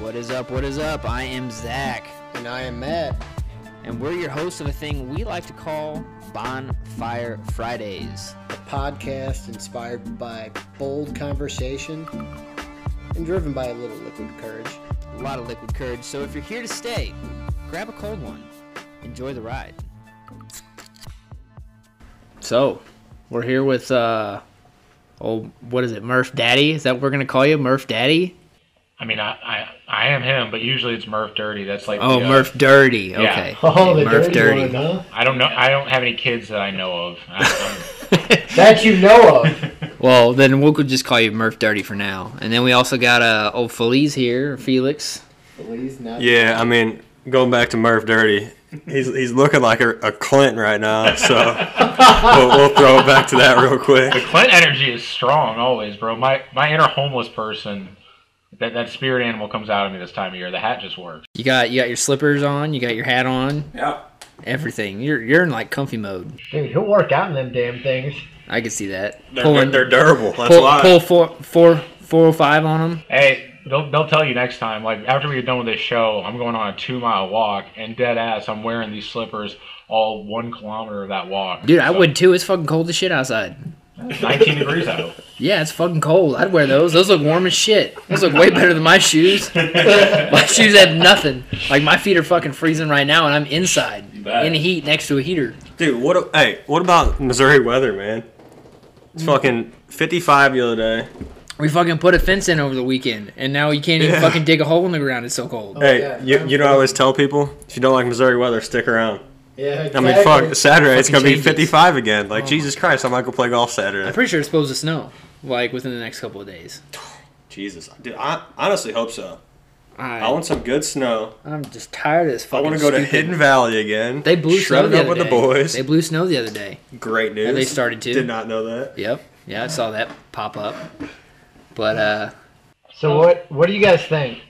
What is up? What is up? I am Zach, And I am Matt. and we're your hosts of a thing we like to call Bonfire Fridays. A podcast inspired by bold conversation and driven by a little liquid courage. A lot of liquid courage, so if you're here to stay, grab a cold one. Enjoy the ride. So, we're here with uh, old what is it, Murph Daddy? Is that what we're gonna call you, Murph Daddy? I mean, I, I, I am him, but usually it's Murph Dirty. That's like Oh, the, uh, Murph Dirty. Okay, Oh, the Murph dirty, one, huh? I don't know. I don't have any kids that I know of. I, That you know of. Well, then we could just call you Murph Dirty for now. And then we also got uh, old Feliz here, Felix. Please not. Yeah, I mean, going back to Murph Dirty, he's he's looking like a, a Clint right now. So we'll, we'll throw it back to that real quick. I'm, Clint energy is strong always, bro. My my inner homeless person, that that spirit animal comes out of me this time of year. The hat just works. You got you got your slippers on, you got your hat on, Yep. everything. You're you're in like comfy mode. Dude, he'll work out in them damn things. I can see that. They're, they're, they're durable. That's pull, why. pull four four four oh five on them. Hey, they'll they'll tell you next time. Like after we're done with this show, I'm going on a two mile walk, and dead ass, I'm wearing these slippers all one kilometer of that walk. Dude, I So, would too. It's fucking cold as shit outside. 19 degrees out. Yeah, it's fucking cold. I'd wear those. Those look warm as shit. Those look way better than my shoes. my shoes have nothing. Like my feet are fucking freezing right now, and I'm inside in the heat next to a heater. Dude, what? a- Hey, what about Missouri weather, man? It's Mm. fucking 55 the other day. We fucking put a fence in over the weekend, and now you can't even Yeah. Oh. fucking dig a hole in the ground. It's so cold. Hey, yeah. you, you know I always tell people if you don't like Missouri weather, stick around. Yeah, I exactly. mean, fuck, Saturday it's Fucking gonna be changes. Oh 55 again. Like Jesus Christ, I might go play golf Saturday. I'm pretty sure it's supposed to snow like within the next couple of days. Jesus, dude, I honestly hope so. I I, want some good snow. I'm just tired of this I fucking. want to go to stupid- Hidden Valley again. They blew Shred snow it the up other with day. the boys. They blew snow the other day. Great news. And they started to. Did not know that. Yep. Yeah, I saw that pop up. But uh, So what what do you guys think?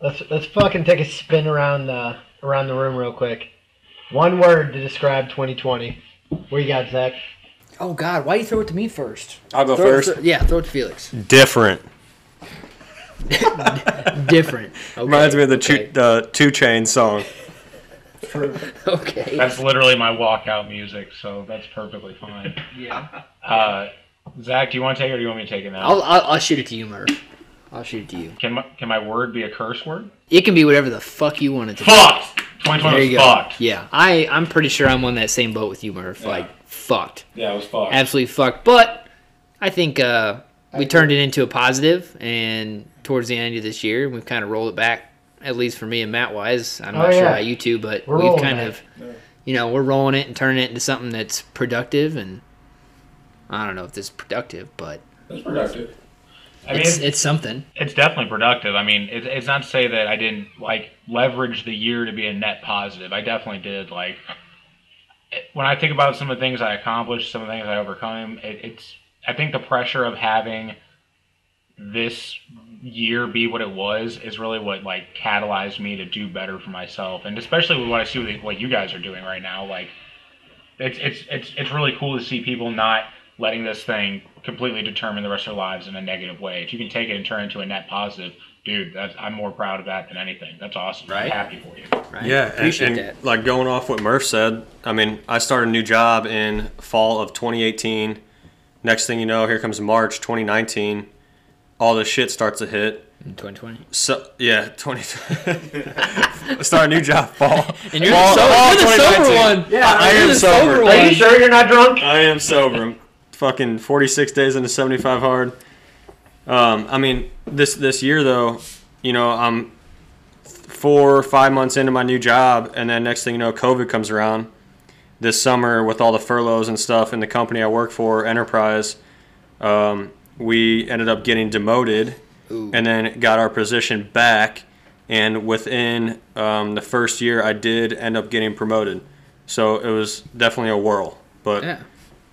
Let's let's fucking take a spin around the around the room real quick. One word to describe 2020. What you got, Zach? oh god, why you throw it to me first? I'll go Throw it- throw- yeah, throw it to Felix. Different. Different. Okay. Reminds me of the okay. two, uh, two Chain song. Okay. That's literally my walkout music, so that's perfectly fine. Yeah. Uh, Zach, do you want to take it or do you want me to take it now? I'll, I'll I'll shoot it to you, Murph. I'll shoot it to you. Can my, can my word be a curse word? It can be whatever the fuck you want it to be. Fucked. 2020 There was you go. fucked. Yeah, I I'm pretty sure I'm on that same boat with you, Murph. Like fucked, Yeah, it was fucked. absolutely fucked. But I think uh, we turned it into a positive, and towards the end of this year, we've kind of rolled it back. At least for me and Matt wise, I'm not Oh, sure yeah. about you two, but We're we've rolling kind back. of, you know, we're rolling it and turning it into something that's productive, and I don't know if this is productive, but It's productive. I mean, it's it's, it's something. it's definitely productive. I mean, it's, it's not to say that I didn't like leverage the year to be a net positive. I definitely did. Like, it- when I think about some of the things I accomplished, some of the things I overcome, it, it's I think the pressure of having this year be what it was is really what like catalyzed me to do better for myself, and especially with what I see with what you guys are doing right now, like it's it's it's it's really cool to see people not letting this thing completely determine the rest of their lives in a negative way. If you can take it and turn it into a net positive, dude, that's, I'm more proud of that than anything. That's awesome. Right. I'm happy for you. Right? Yeah, and, appreciate and, that. like going off what Murph said. I mean, I started a new job in fall of 2018. Next thing you know, here comes March 2019. All this shit starts to hit. In 2020. So yeah, 20. start a new job fall. And you're Fall- the, sober, fall you're the sober 2019. one. Yeah, I You're am the sober. one. Are you sure you're not drunk? I am sober. I'm fucking 46 days into 75 hard. Um, I mean, this this year though, you know, I'm four or five months into my new job, and then next thing you know, COVID comes around. This summer, with all the furloughs and stuff, in the company I work for, Enterprise, um, we ended up getting demoted, and then got our position back. And within um, the first year, I did end up getting promoted. So it was definitely a whirl, but Yeah.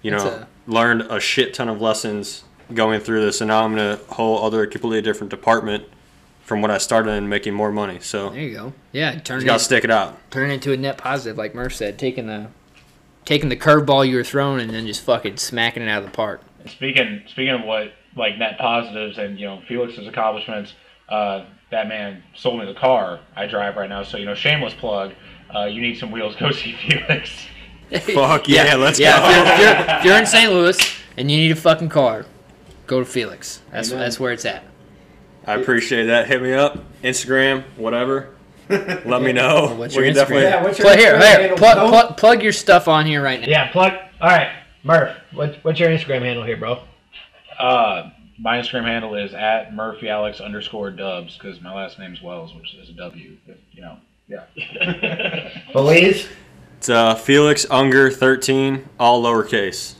you It's know, learned a shit ton of lessons going through this, and now I'm in a whole other completely different department from what I started in, making more money. So There you go. Yeah, turn you it, gotta stick it out. turn it into a net positive, like Murph said, taking the taking the curveball you were thrown and then just fucking smacking it out of the park. Speaking speaking of what like net positives and you know Felix's accomplishments, uh, that man sold me the car I drive right now. So you know, shameless plug. Uh, you need some wheels? Go see Felix. Fuck yeah, let's yeah, go. If you're, if you're- if you're in St. Louis and you need a fucking car, go to Felix. That's Amen. that's where it's at. I appreciate that. Hit me up, Instagram, whatever. Let me know. What's we your can definitely. Instagram? Yeah, what's your Plug here, Instagram here. handle? Plug, Don't- plug, plug your stuff on here right now. Yeah, plug. All right, Murph. What, what's your Instagram handle here, bro? Uh, my Instagram handle is at murphyalex underscore Dubs because my last name's Wells, which is a W. if- You know, yeah. Belize. It's uh, Felix Unger 13, all lowercase.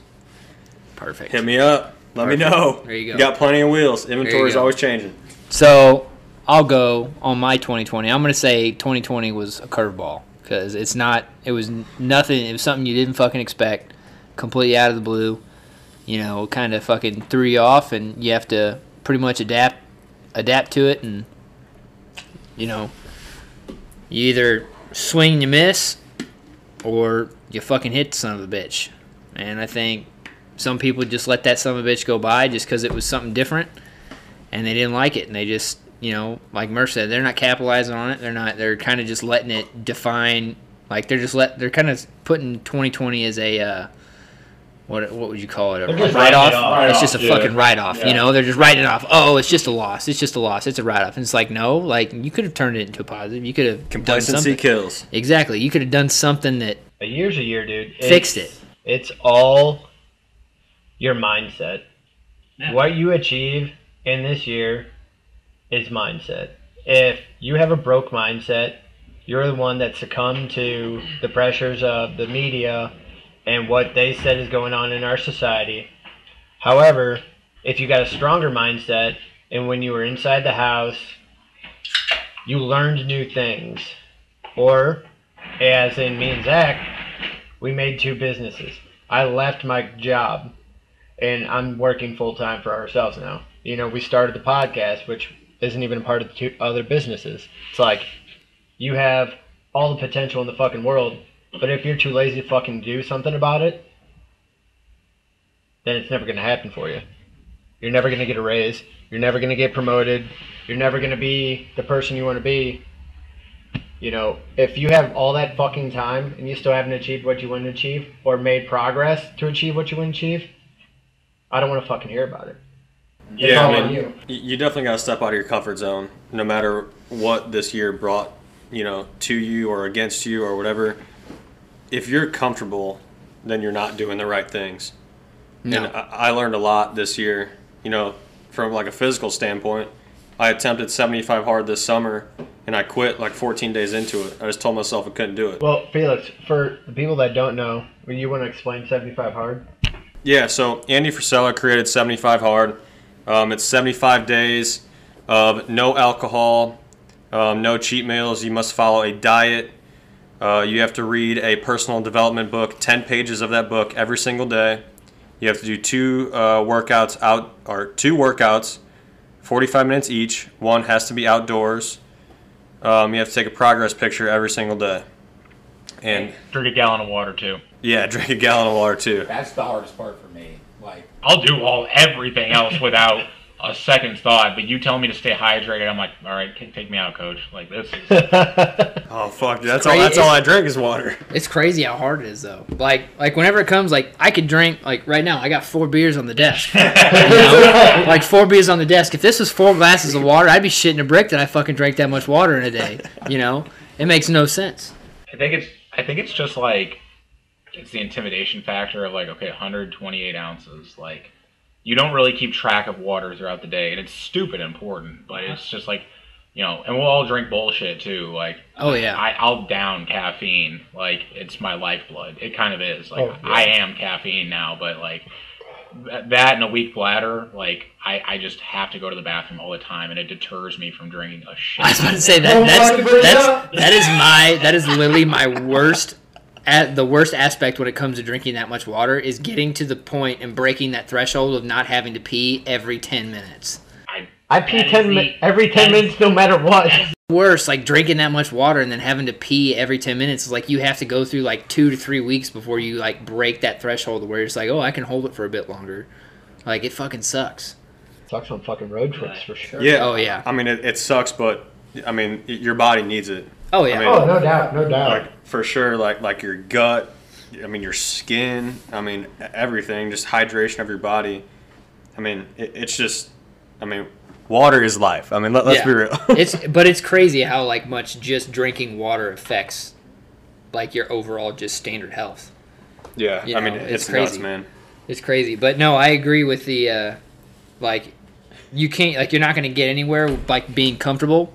Perfect. Hit me up. Let me Perfect. know. There you go. Got plenty of wheels. Inventory is go. always changing. So I'll go on my 2020. I'm going to say 2020 was a curveball because it's not, it was n- nothing, it was something you didn't fucking expect, completely out of the blue. You know, kind of fucking threw you off, and you have to pretty much adapt, adapt to it, and you know, you either swing and you miss, or you fucking hit the son of a bitch. And I think some people just let that son of a bitch go by just because it was something different and they didn't like it and they just you know like Murph said they're not capitalizing on it they're not they're kind of just letting it define like they're just let they're kind of putting 2020 as a uh, what what would you call it a They're just write off writing it off. it's just a Write off, fucking yeah. write off you Yeah. know they're just writing it off oh it's just a loss it's just a loss it's a write off and it's like no like you could have turned it into a positive you could have done Complacency something kills. exactly you could have done something that A year's a year, dude. It's- fixed it It's all your mindset. Yeah. What you achieve in this year is mindset. If you have a broke mindset, you're the one that succumbed to the pressures of the media and what they said is going on in our society. However, if you got a stronger mindset and when you were inside the house, you learned new things. Or, as in me and Zach, we made two businesses. I left my job and I'm working full time for ourselves now. You know, we started the podcast, which isn't even a part of the two other businesses. It's like you have all the potential in the fucking world, but if you're too lazy to fucking do something about it, then it's never going to happen for you. You're never going to get a raise. You're never going to get promoted. You're never going to be the person you want to be. You know, if you have all that fucking time and you still haven't achieved what you want to achieve or made progress to achieve what you want to achieve, I don't want to fucking hear about it. It's Yeah, all I on mean, you. y- you definitely got to step out of your comfort zone, no matter what this year brought, you know, to you or against you or whatever. If you're comfortable, then you're not doing the right things. no And I, I learned a lot this year, you know, from like a physical standpoint. I attempted 75 hard this summer and I quit like 14 days into it. I just told myself I couldn't do it. Well, Felix, for the people that don't know, would you want to explain 75 hard? Yeah, so Andy Frisella created 75 Hard. Um, it's 75 days of no alcohol, um, no cheat meals. You must follow a diet. Uh, you have to read a personal development book, 10 pages of that book every single day. You have to do two uh, workouts out or two workouts, 45 minutes each. One has to be outdoors. Um, you have to take a progress picture every single day. And Drink a gallon of water too. yeah, drink a gallon of water too. That's the hardest part for me. Like, I'll do all everything else without a second thought. But you tell me to stay hydrated, I'm like, all right, t- take me out, coach. Like this is Oh fuck, that's all. crazy. That's all I drink is water. It's crazy how hard it is though. Like like whenever it comes, like I could drink like right now. I got four beers on the desk. You know? Like four beers on the desk. If this was four glasses of water, I'd be shitting a brick that I fucking drank that much water in a day. You know, it makes no sense. I think it's I think it's just like it's the intimidation factor of like okay 128 ounces like you don't really keep track of water throughout the day and it's stupid important but it's just like you know and we'll all drink bullshit too like Oh yeah, I, I'll down caffeine like it's my lifeblood it kind of is like Oh, yeah. I am caffeine now but like th- that and a weak bladder like I, I just have to go to the bathroom all the time and it deters me from drinking a shit I was about to say Oh, that. Mark, bring That's it that's up. that is my that is literally my worst. At the worst aspect when it comes to drinking that much water is getting to the point and breaking that threshold of not having to pee every 10 minutes. I, I pee That is 10 the- min- every 10 that is- minutes, no matter what. worse like drinking that much water and then having to pee every 10 minutes is like you have to go through like two to three weeks before you like break that threshold where it's like oh i can hold it for a bit longer like it fucking sucks Sucks on fucking road trips for sure. Yeah. Oh, yeah. I mean, it, it sucks, but I mean, y- your body needs it. Oh yeah. I mean- Oh, no doubt, no doubt. Like for sure, like like your gut. I mean, your skin. I mean, e, everything. Just hydration of your body. I mean, it, it's just. I mean, water is life. I mean, let, let's Yeah. be real. it's but it's crazy how like much just drinking water affects like your overall just standard health. yeah. You I mean, know, it's, it's nuts, crazy. man. It's crazy. But no, I agree with the uh like you can't like you're not going to get anywhere like being comfortable.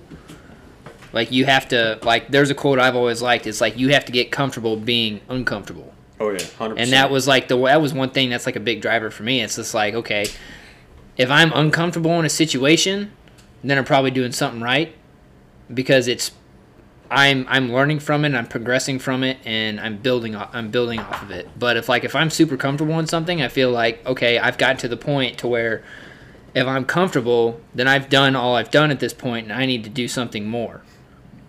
Like you have to like there's a quote I've always liked. It's like you have to get comfortable being uncomfortable. Oh yeah, hundred. And that was like the that was one thing that's like a big driver for me. It's just like okay, if I'm uncomfortable in a situation, then I'm probably doing something right because it's I'm I'm learning from it, I'm progressing from it, and I'm building off, I'm building off of it. But if like if I'm super comfortable in something, I feel like okay, I've gotten to the point to where if I'm comfortable, then I've done all I've done at this point, and I need to do something more.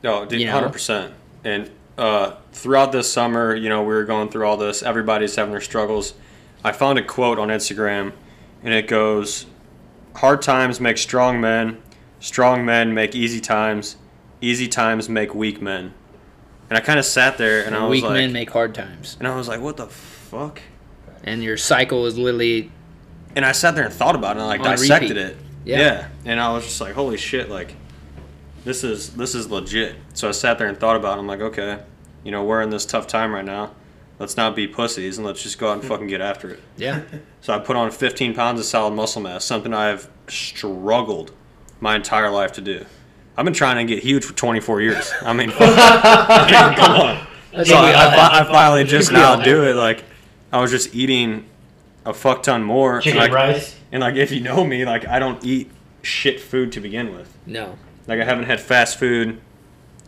No, dude, you know? hundred percent. And uh, throughout this summer, you know, we were going through all this. Everybody's having their struggles. I found a quote on Instagram, and it goes, "Hard times make strong men. Strong men make easy times. Easy times make weak men." And I kind of sat there, and I was Weak like, men make hard times, and I was like, "What the fuck?" and your cycle is literally and I sat there and thought about it and like On dissected repeat. it. Yeah. Yeah. And I was just like, holy shit, like this is this is legit. So I sat there and thought about it. I'm like, okay, you know, we're in this tough time right now. Let's not be pussies and let's just go out and fucking get after it. yeah. So I put on 15 pounds of solid muscle mass, something I've struggled my entire life to do. I've been trying to get huge for 24 years. I mean, fuck. I mean, come on. So I, I, fi- I finally just now do it. Like, I was just eating a fuck ton more. and Chicken like- rice. and like, if you know me, like I don't eat shit food to begin with. No, Like I haven't had fast food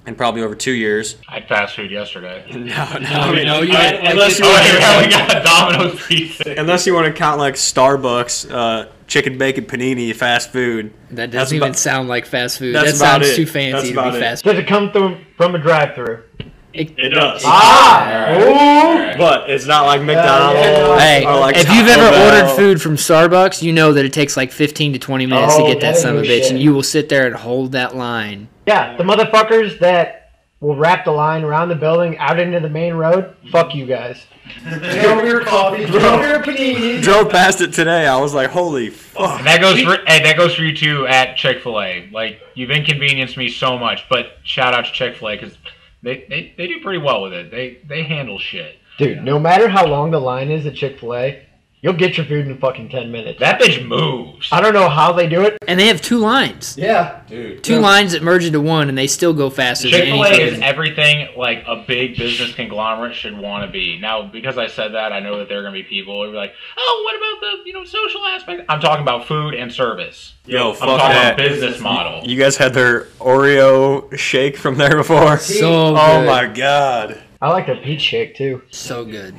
in probably over two years. I had fast food yesterday. No, no. no, you I- had- like unless this- you Oh, want wait, yeah, we to, got Domino's pizza. unless you want to count like Starbucks, uh, chicken bacon panini, fast food. That doesn't That's even about- sound like fast food. that's That sounds about it. too fancy That's to about be it. fast food. Does it come through from a drive-through? It does, Ah, ooh. but it's not like McDonald's. yeah. Hey, or like if you've Taco ever Bell. ordered food from Starbucks, you know that it takes like 15 to 20 minutes Oh, to get that that son of a ain't bitch, shit. and you will sit there and hold that line. Yeah, the motherfuckers that will wrap the line around the building out into the main road. Fuck you guys. Get over your coffee, Get over your paninis. drove past it today, I was like, holy fuck. And that goes for hey, that goes for you too at Chick Fil A. Like you've inconvenienced me so much, but shout out to Chick Fil A because they, they they do pretty well with it. They they handle shit. Dude, no matter how long the line is at Chick Fil A, you'll get your food in fucking ten minutes. That bitch moves. I don't know how they do it. And they have two lines. Yeah. dude. Two lines that merge into one, and they still go faster than Chick Fil A any is fucking- everything like a big business conglomerate should want to be. Now, because I said that, I know that there are going to be people who are like, "Oh, what about the you know social aspect?" I'm talking about food and service. Yo, I'm fuck talking that. about business model. You guys had their Oreo shake from there before? so oh good. my god. I like their peach shake too. So good.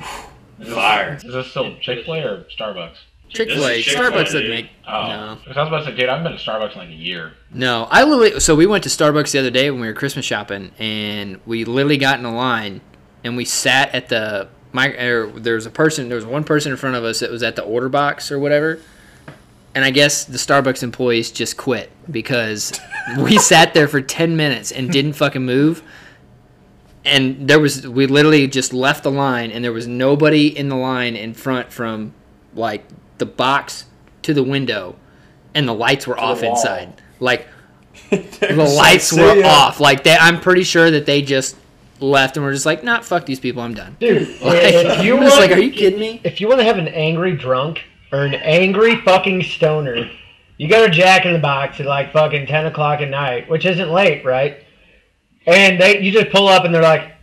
Fire. Is this still Chick Fil A or Starbucks? Chick fil A. Starbucks doesn't dude. make. Oh, No. 'Cause I was about to say, dude, I haven't been to Starbucks in like a year. No, I literally. So we went to Starbucks the other day when we were Christmas shopping, and we literally got in a line, and we sat at the my. Or there was a person. There was one person in front of us that was at the order box or whatever, and I guess the Starbucks employees just quit because we sat there for ten minutes and didn't fucking move. And there was we literally just left the line, and there was nobody in the line in front from like the box to the window, and the lights were off inside. Like the lights were off. Like they, I'm pretty sure that they just left and were just like, "Not nah, fuck these people. I'm done." Dude, Like, if you I'm want, just like, are you kidding me? if you want to have an angry drunk or an angry fucking stoner, you go to Jack in the Box at like fucking ten o'clock at night, which isn't late, right? And they, you just pull up and they're like,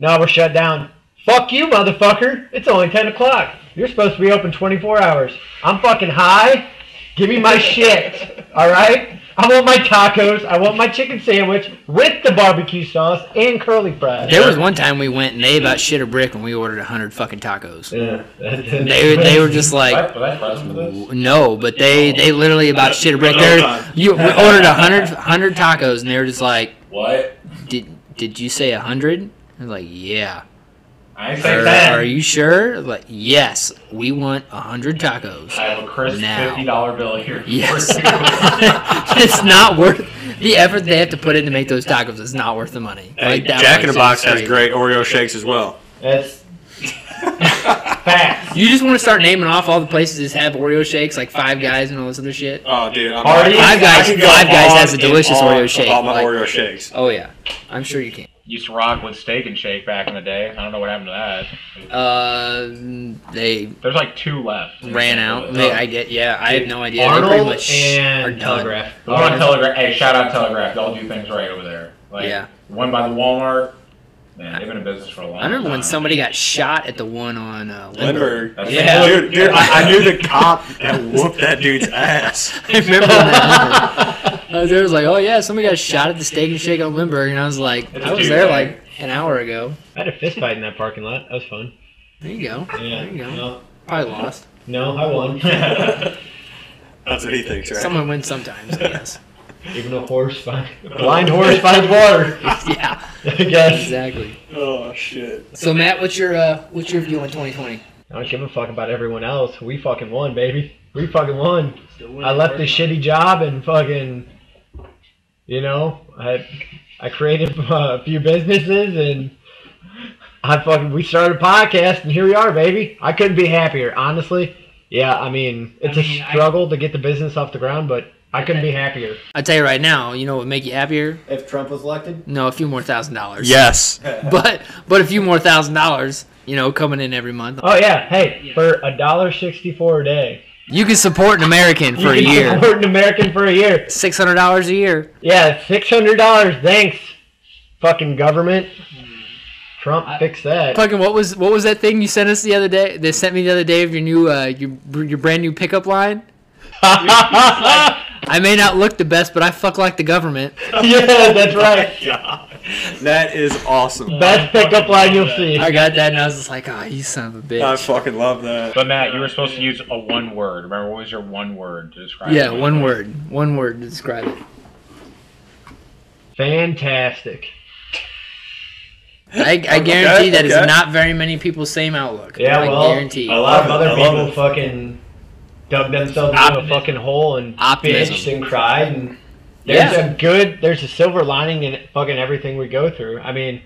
"No, we're shut down." Fuck you, motherfucker! It's only ten o'clock. You're supposed to be open twenty four hours. I'm fucking high. Give me my shit. All right. I want my tacos. I want my chicken sandwich with the barbecue sauce and curly fries. There was one time we went and they about shit a brick when we ordered hundred fucking tacos. Yeah. They they were just like. Was I pressed for this? No, but they they literally about shit a brick. There, you we ordered a hundred hundred tacos, and they were just like, What? "Did did you say a hundred? I was like, "Yeah." I ain't Are, saying that. are you sure? Like, yes, we want a hundred tacos. I have a crisp Now. fifty dollar bill here. Yes, it's not worth the effort they have to put in to make those tacos. It's not worth the money. Hey, that Jack in the one's Box has crazy. great Oreo shakes as well. That's Facts. You just want to start naming off all the places that have Oreo shakes, like Five Guys and all this other shit. Oh, dude, I'm Party? I Five Guys, could go Five Guys on has a and delicious on Oreo shake. About my Like, Oreo shakes. oh yeah, I'm sure you can. Used to rock with Steak and Shake back in the day. I don't know what happened to that. Uh, they There's like two left. ran out. They, I get yeah. I have no idea. they pretty Arnold much are done. and Telegraph. I want to telegraph. Hey, shout out Telegraph. Y'all do things right over there. Like, Yeah. One by the Walmart. Man, they've been in business for a long. I remember when time. somebody got shot at the one on uh, Lindbergh. Lindbergh. That's- Yeah. Dude, dude, I, I knew the cop that whooped that dude's ass. I remember that. I was there, I was like, oh yeah, somebody got shot at the Steak and Shake on Lindbergh, and I was like, It's a I was dude there thing. like an hour ago. I had a fist fight in that parking lot. That was fun. There you go. Yeah. There you go. No, Probably lost. no, I won. That's what he thinks, right? Someone wins sometimes, I guess. Even a horse finds blind horse finds water. yeah, I guess. exactly. Oh shit. So Matt, what's your uh, what's your view on 2020? I don't give a fuck about everyone else. We fucking won, baby. We fucking won. I left this shitty job and fucking, you know, I I created uh, a few businesses and I fucking we started a podcast and here we are, baby. I couldn't be happier, honestly. Yeah, I mean, it's mean, a I- struggle to get the business off the ground, but I couldn't be happier. I tell you right now, you know what would make you happier? If Trump was elected, No, a few more thousand dollars. Yes. But but a few more thousand dollars, you know, coming in every month. Oh yeah, hey, for a dollar sixty-four a day, You can support an American for a you can year. support an American for a year. Six hundred dollars a year. Yeah, six hundred dollars. Thanks, fucking government. Hmm. Trump, fix that. Fucking what was what was that thing you sent us the other day? They sent me the other day of your new uh, your your brand new pickup line. I may not look the best, but I fuck like the government. yeah, that's right. That is awesome. Best pickup line you'll see. I got that, and I was just like, "Ah, you son of a bitch." I fucking love that. But Matt, you were supposed to use a one word. Remember, what was your one word to describe? yeah, it? one word, one word to describe it. Fantastic. I, I guarantee that is okay. not very many people's same outlook. Yeah, I well, guarantee. a lot of I love other it, I love people it. fucking dug themselves into a Optimism. fucking hole and Optimism. bitched and cried. And Yeah. there's a good, there's a silver lining in fucking everything we go through. I mean,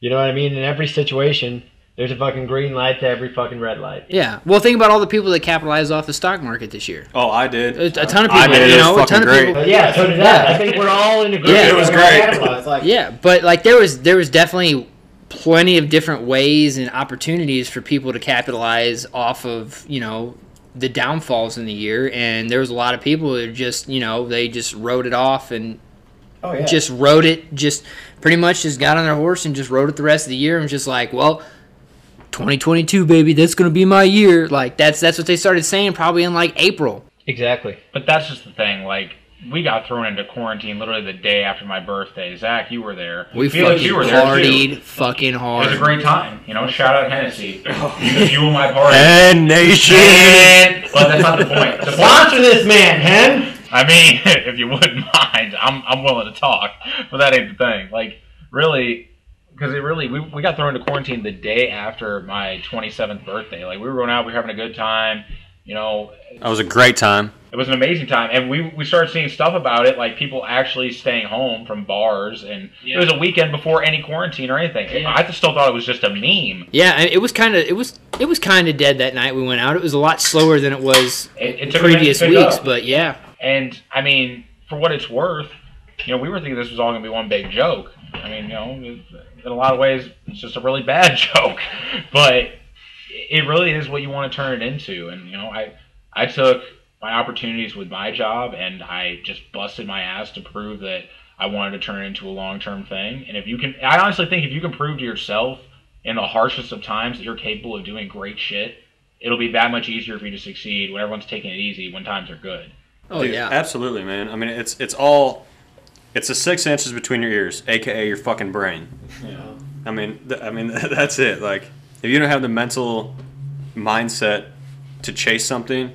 you know what I mean. In every situation, there's a fucking green light to every fucking red light. Yeah. Well, think about all the people that capitalized off the stock market this year. Oh, I did. A, a ton of people, I did, it you was know, a fucking ton of great. people. But yeah, so did that. I think we're all in agreement. Yeah, it was We're great. all capitalized. it's like Yeah, but like there was there was definitely plenty of different ways and opportunities for people to capitalize off of you know the downfalls in the year, and there was a lot of people that just you know they just rode it off and oh yeah, just rode it, just pretty much just got on their horse and just rode it the rest of the year and was just like, well. 2022 baby that's going to be my year like that's that's what they started saying probably in like april Exactly. But that's just the thing. Like, we got thrown into quarantine literally the day after my birthday. Zach, you were there. we Felix, fucking too. partied fucking It was a hard great time. You know, shout out Hennessy. You fuel my party. And nation. Well, that's not the point. The Sponsor point this man, Hen. I mean, if you wouldn't mind, I'm, I'm willing to talk, but that ain't the thing. Like, really, because it really, we, we got thrown into quarantine the day after my 27th birthday. Like, we were going out, we were having a good time. You know, That was a great time. it was an amazing time and we we started seeing stuff about it like people actually staying home from bars and it was a weekend before any quarantine or anything i just still thought it was just a meme Yeah, and it was kind of it was it was kind of dead that night we went out. It was a lot slower than it was it, it took a minute to previous pick weeks, up. but yeah, and i mean for what it's worth you know we were thinking this was all going to be one big joke i mean you know in a lot of ways it's just a really bad joke but it really is what you want to turn it into and you know i i took my opportunities with my job and i just busted my ass to prove that i wanted to turn it into a long-term thing and if you can i honestly think if you can prove to yourself in the harshest of times that you're capable of doing great shit it'll be that much easier for you to succeed when everyone's taking it easy when times are good oh Dude, yeah, Absolutely, man. I mean, it's it's all it's the six inches between your ears, aka your fucking brain. I mean, th- I mean that's it. Like, if you don't have the mental mindset to chase something,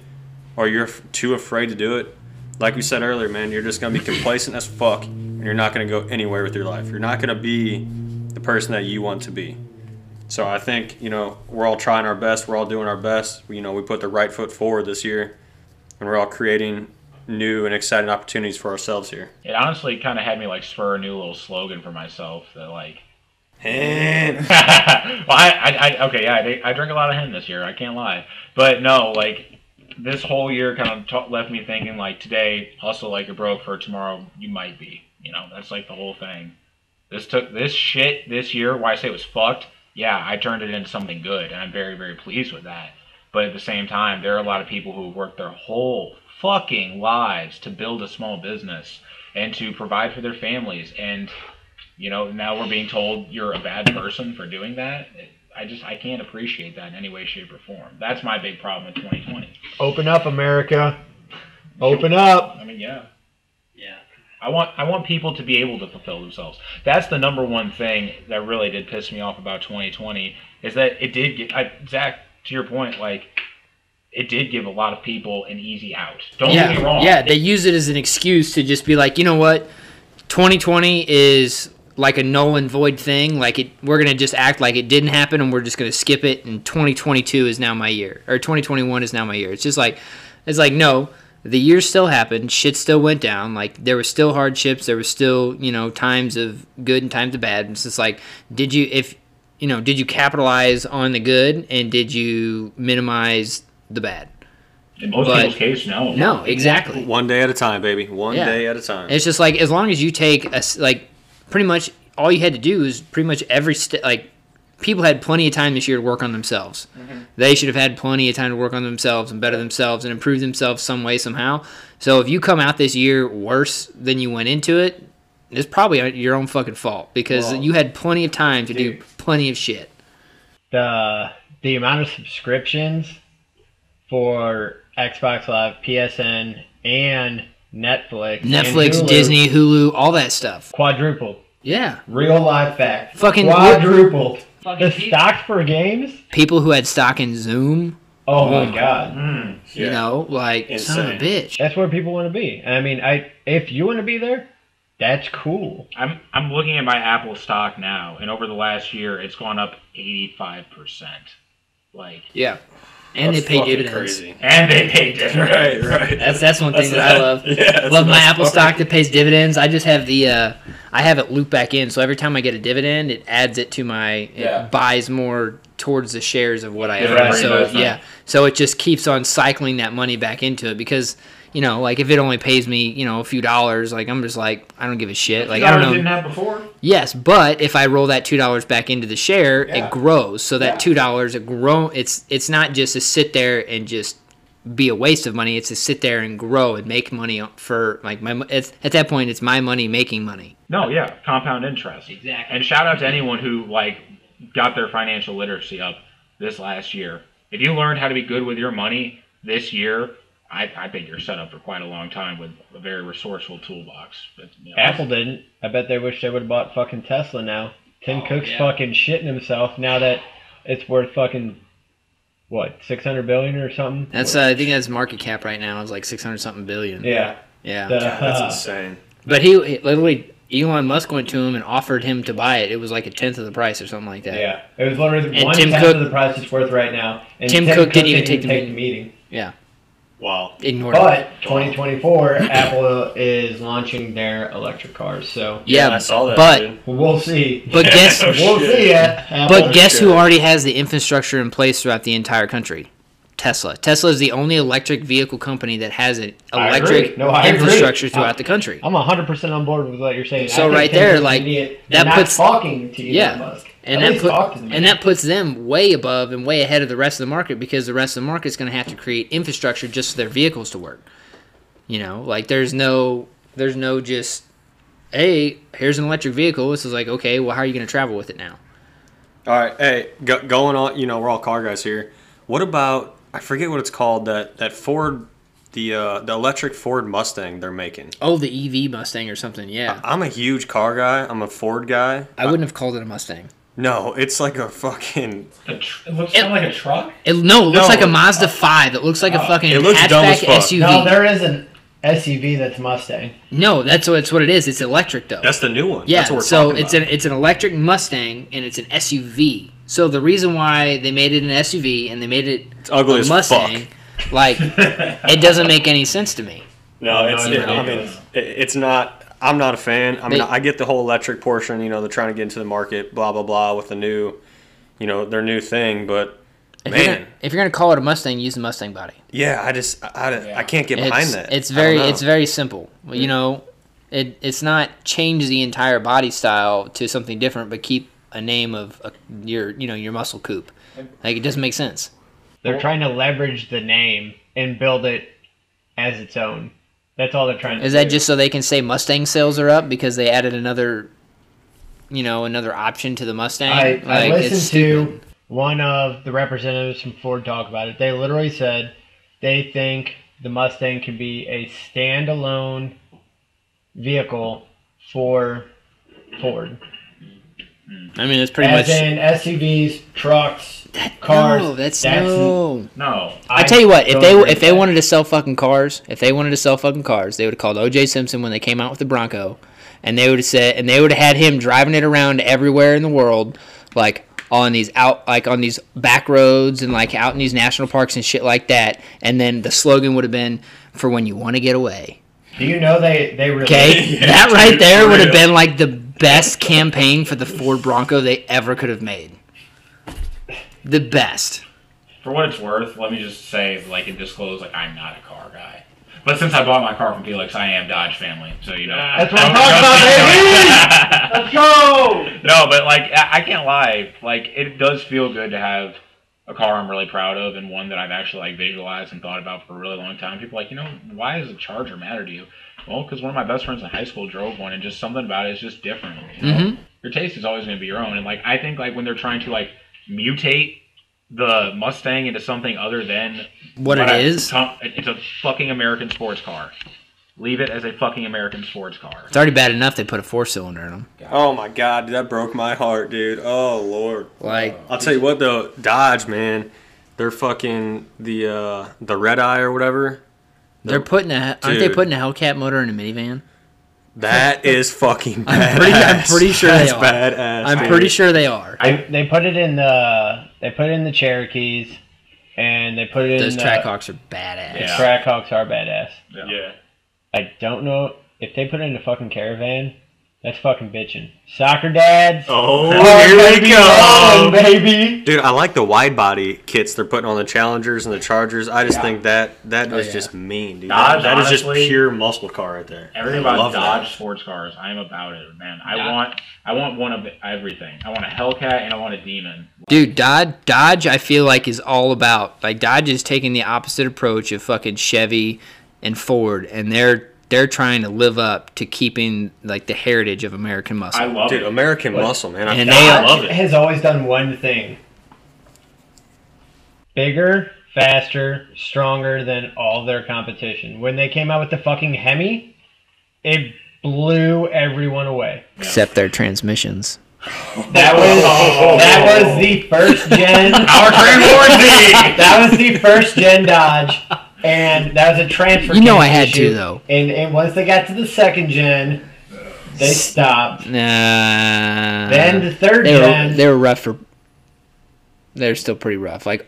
or you're f- too afraid to do it, like we said earlier, man, you're just gonna be complacent as fuck, and you're not gonna go anywhere with your life. You're not gonna be the person that you want to be. So I think you know we're all trying our best. We're all doing our best. You know we put the right foot forward this year, and we're all creating new and exciting opportunities for ourselves here. It honestly kind of had me like spur a new little slogan for myself that like. And well, I, I, I okay, yeah, I, did- I drank a lot of hen this year. I can't lie, but no, like this whole year kind of ta- left me thinking like today hustle like you're broke for tomorrow you might be. You know, that's like the whole thing. This took this shit this year. Why I say it was fucked. Yeah, I turned it into something good, and I'm very very pleased with that. But at the same time, there are a lot of people who work their whole fucking lives to build a small business and to provide for their families and you know now we're being told you're a bad person for doing that i just i can't appreciate that in any way shape or form that's my big problem in 2020 Open up, America. Open up. i mean yeah Yeah. i want i want people to be able to fulfill themselves that's the number one thing that really did piss me off about 2020 is that it did get I, zach to your point like it did give a lot of people an easy out don't yeah, get me wrong yeah. They use it as an excuse to just be like, you know what, 2020 is like a null and void thing. Like it, we're gonna just act like it didn't happen, and we're just gonna skip it. And 2022 is now my year, or 2021 is now my year. It's just like, it's like no, the year still happened. Shit still went down. Like there were still hardships. There were still you know times of good and times of bad. And it's just like, did you if you know did you capitalize on the good and did you minimize the bad? in most but- people's case no No, exactly. one day at a time, baby. One Yeah. day at a time. It's just like as long as you take a s- like pretty much all you had to do is pretty much every st- like people had plenty of time this year to work on themselves. They should have had plenty of time to work on themselves and better themselves and improve themselves some way somehow. So if you come out this year worse than you went into it, it's probably your own fucking fault because Well, you had plenty of time to do dude. plenty of shit. the the amount of subscriptions for Xbox Live, PSN, and Netflix, and Netflix, Hulu Disney, Hulu, all that stuff. quadrupled. Yeah. Real life fact. Fucking- quadrupled. Fucking The people- stocks for games. People who had stock in Zoom, Oh my god, you know, like son of a bitch. that's where people want to be. And I mean, I if you want to be there, that's cool. I'm I'm looking at my Apple stock now, and over the last year, it's gone up 85 percent. Like, Yeah. And they pay fucking dividends. Crazy. and they paid dividends. Right, right. That's that's one thing that I That's that. love. Yeah, that's love the my best Apple part. stock that pays dividends. I just have the uh, I have it loop back in, so every time I get a dividend, it adds it to my it Yeah. buys more towards the shares of what I Yeah, own. right. So Right. yeah, so it just keeps on cycling that money back into it because you know, like if it only pays me you know a few dollars, like I'm just like I don't give a shit. Like I don't know. didn't have before. Yes, but if I roll that two dollars back into the share, Yeah. it grows. So that two dollars, it grow. It's it's not just to sit there and just be a waste of money. It's to sit there and grow and make money for like my. mo- It's, at that point, it's my money making money. No, yeah, compound interest. Exactly. And shout out to anyone who like got their financial literacy up this last year. If you learned how to be good with your money this year, I, I think you're set up for quite a long time with a very resourceful toolbox. But, you know, Apple didn't. I bet they wish they would have bought fucking Tesla now. Tim Oh, Cook's yeah. fucking shitting himself now that it's worth fucking what six hundred billion or something. That's uh, I think that's market cap right now is like six hundred something billion. yeah. Yeah. The- That's insane. But he, he literally Elon Musk went to him and offered him to buy it. It was like a tenth of the price or something like that. Yeah, it was literally And one Tim tenth Cook- of the price it's worth right now. And Tim Cook didn't even take the meeting. Wow. Ignored. it. But 2024, Apple is launching their electric cars, so Yeah, I saw that. but- dude. we'll see. But guess Oh, We'll shit. see. At Apple. But guess who already has the infrastructure in place throughout the entire country? Tesla. Tesla is the only electric vehicle company that has an I agree. electric No, I agree. infrastructure throughout the country. I'm 100 percent on board with what you're saying. So I think right Tim's there, an like, idiot that and not puts- talking to Elon yeah. Musk. And At that, least put, talk to the and man. that puts them way above and way ahead of the rest of the market because the rest of the market's going to have to create infrastructure just for their vehicles to work. You know, like there's no there's no just hey, here's an electric vehicle. This is like, okay, well how are you going to travel with it now? All right, hey, go, going on. You know, we're all car guys here. What about I forget what it's called that that Ford, the uh, the electric Ford Mustang they're making. Oh, the EV Mustang or something. Yeah. I'm a huge car guy. I'm a Ford guy. I wouldn't have called it a Mustang. No, it's like a fucking. A tr- it looks kind of like a truck. It, no, it looks No. like a Mazda 5. It looks like a fucking It looks hatchback dumb as fuck. SUV. no, No, there is an SUV that's Mustang. that's what it's what it is. It's electric though. That's the new one. yeah, That's what we're so talking it's about. an it's an electric Mustang and it's an SUV. So the reason why they made it an SUV and they made it It's ugly a as Mustang, like it doesn't make any sense to me. No, it's. it's it- I mean, ridiculous. it- it's not. I'm not a fan. I mean, They- I get the whole electric portion. You know, they're trying to get into the market, blah blah blah, with the new, you know, their new thing. But If you're, man, gonna, if you're gonna call it a Mustang, use the Mustang body. yeah, I just, I, I, I can't get behind it's, that. It's I don't very know. it's very simple. You know, it it's not change the entire body style to something different, but keep a name of a, your you know your muscle coupe. Like it doesn't make sense. They're trying to leverage the name and build it as its own. That's all they're trying to Is that do. just so they can say Mustang sales are up because they added another, you know, another option to the Mustang? I, I Like, it's listened stupid. to one of the representatives from Ford talk about it. They literally said they think the Mustang can be a standalone vehicle for Ford. I mean, it's pretty As much. in SUVs, trucks, cars. no, that's, no. No. I tell you what, if don't they agree if with they that. wanted to sell fucking cars, if they wanted to sell fucking cars, they would have called O.J. Simpson when they came out with the Bronco, and they would have said, and they would have had him driving it around everywhere in the world, like on these out, like on these back roads and like out in these national parks and shit like that. And then the slogan would have been, "For when you want to get away." Do you know they they really Okay, Yeah, that dude, right there for would have real. been like the best campaign for the Ford Bronco they ever could have made. The best. For what it's worth, let me just say, like, and disclose, like, I'm not a car guy. But since I bought my car from Felix, I am Dodge family, so you know. That's what I'm talking about, baby. Let's go. no, but like, I, I can't lie. Like, it does feel good to have a car I'm really proud of and one that I've actually like visualized and thought about for a really long time. People are like, you know, why does a Charger matter to you? Well, because one of my best friends in high school drove one, and just something about it is just different. you know? Mhm. Your taste is always going to be your own, and like, I think like when they're trying to like mutate the Mustang into something other than What it I- is? Tom- It's a fucking American sports car. Leave it as a fucking American sports car. It's already bad enough they put a four cylinder in them. Oh my god, dude, that broke my heart, dude. Oh lord. Like I'll tell you what though, Dodge, man, they're fucking the uh the red eye or whatever. They're putting a aren't they Dude. putting a Hellcat motor in a minivan? That is fucking badass. I'm pretty- I'm pretty sure That's they are. badass. I'm dude. pretty sure they are. They, they put it in the they put it in the Cherokees, and they put it Those in uh, Trackhawks are badass. the Yeah. Trackhawks are badass. Yeah. I don't know if they put it in a fucking caravan. That's fucking bitching. Soccer dads. Oh, baby, rolling, baby. Dude, I like the wide body kits they're putting on the Challengers and the Chargers. I just think that that is Oh, yeah. just mean, dude. Dodge, that is honestly- just pure muscle car right there. Everything I about love Dodge sports cars, I'm about it, man. I want, I want one of everything. I want a Hellcat and I want a Demon. Dude, Dodge Dodge I feel like is all about like Dodge is taking the opposite approach of fucking Chevy and Ford and they're they're trying to live up to keeping like the heritage of American I muscle. love that. Dude, it. American muscle, man. I, And they I are- love it. Has always done one thing: bigger, faster, stronger than all their competition. When they came out with the fucking Hemi, it blew everyone away. Except their transmissions. That was that was the first gen. Our That was the first gen Dodge, and that was a transfer. You know I case had to, issue. though. And and once they got to the second gen, they stopped. Nah. Then the third they were gen. they were rough for they're still pretty rough like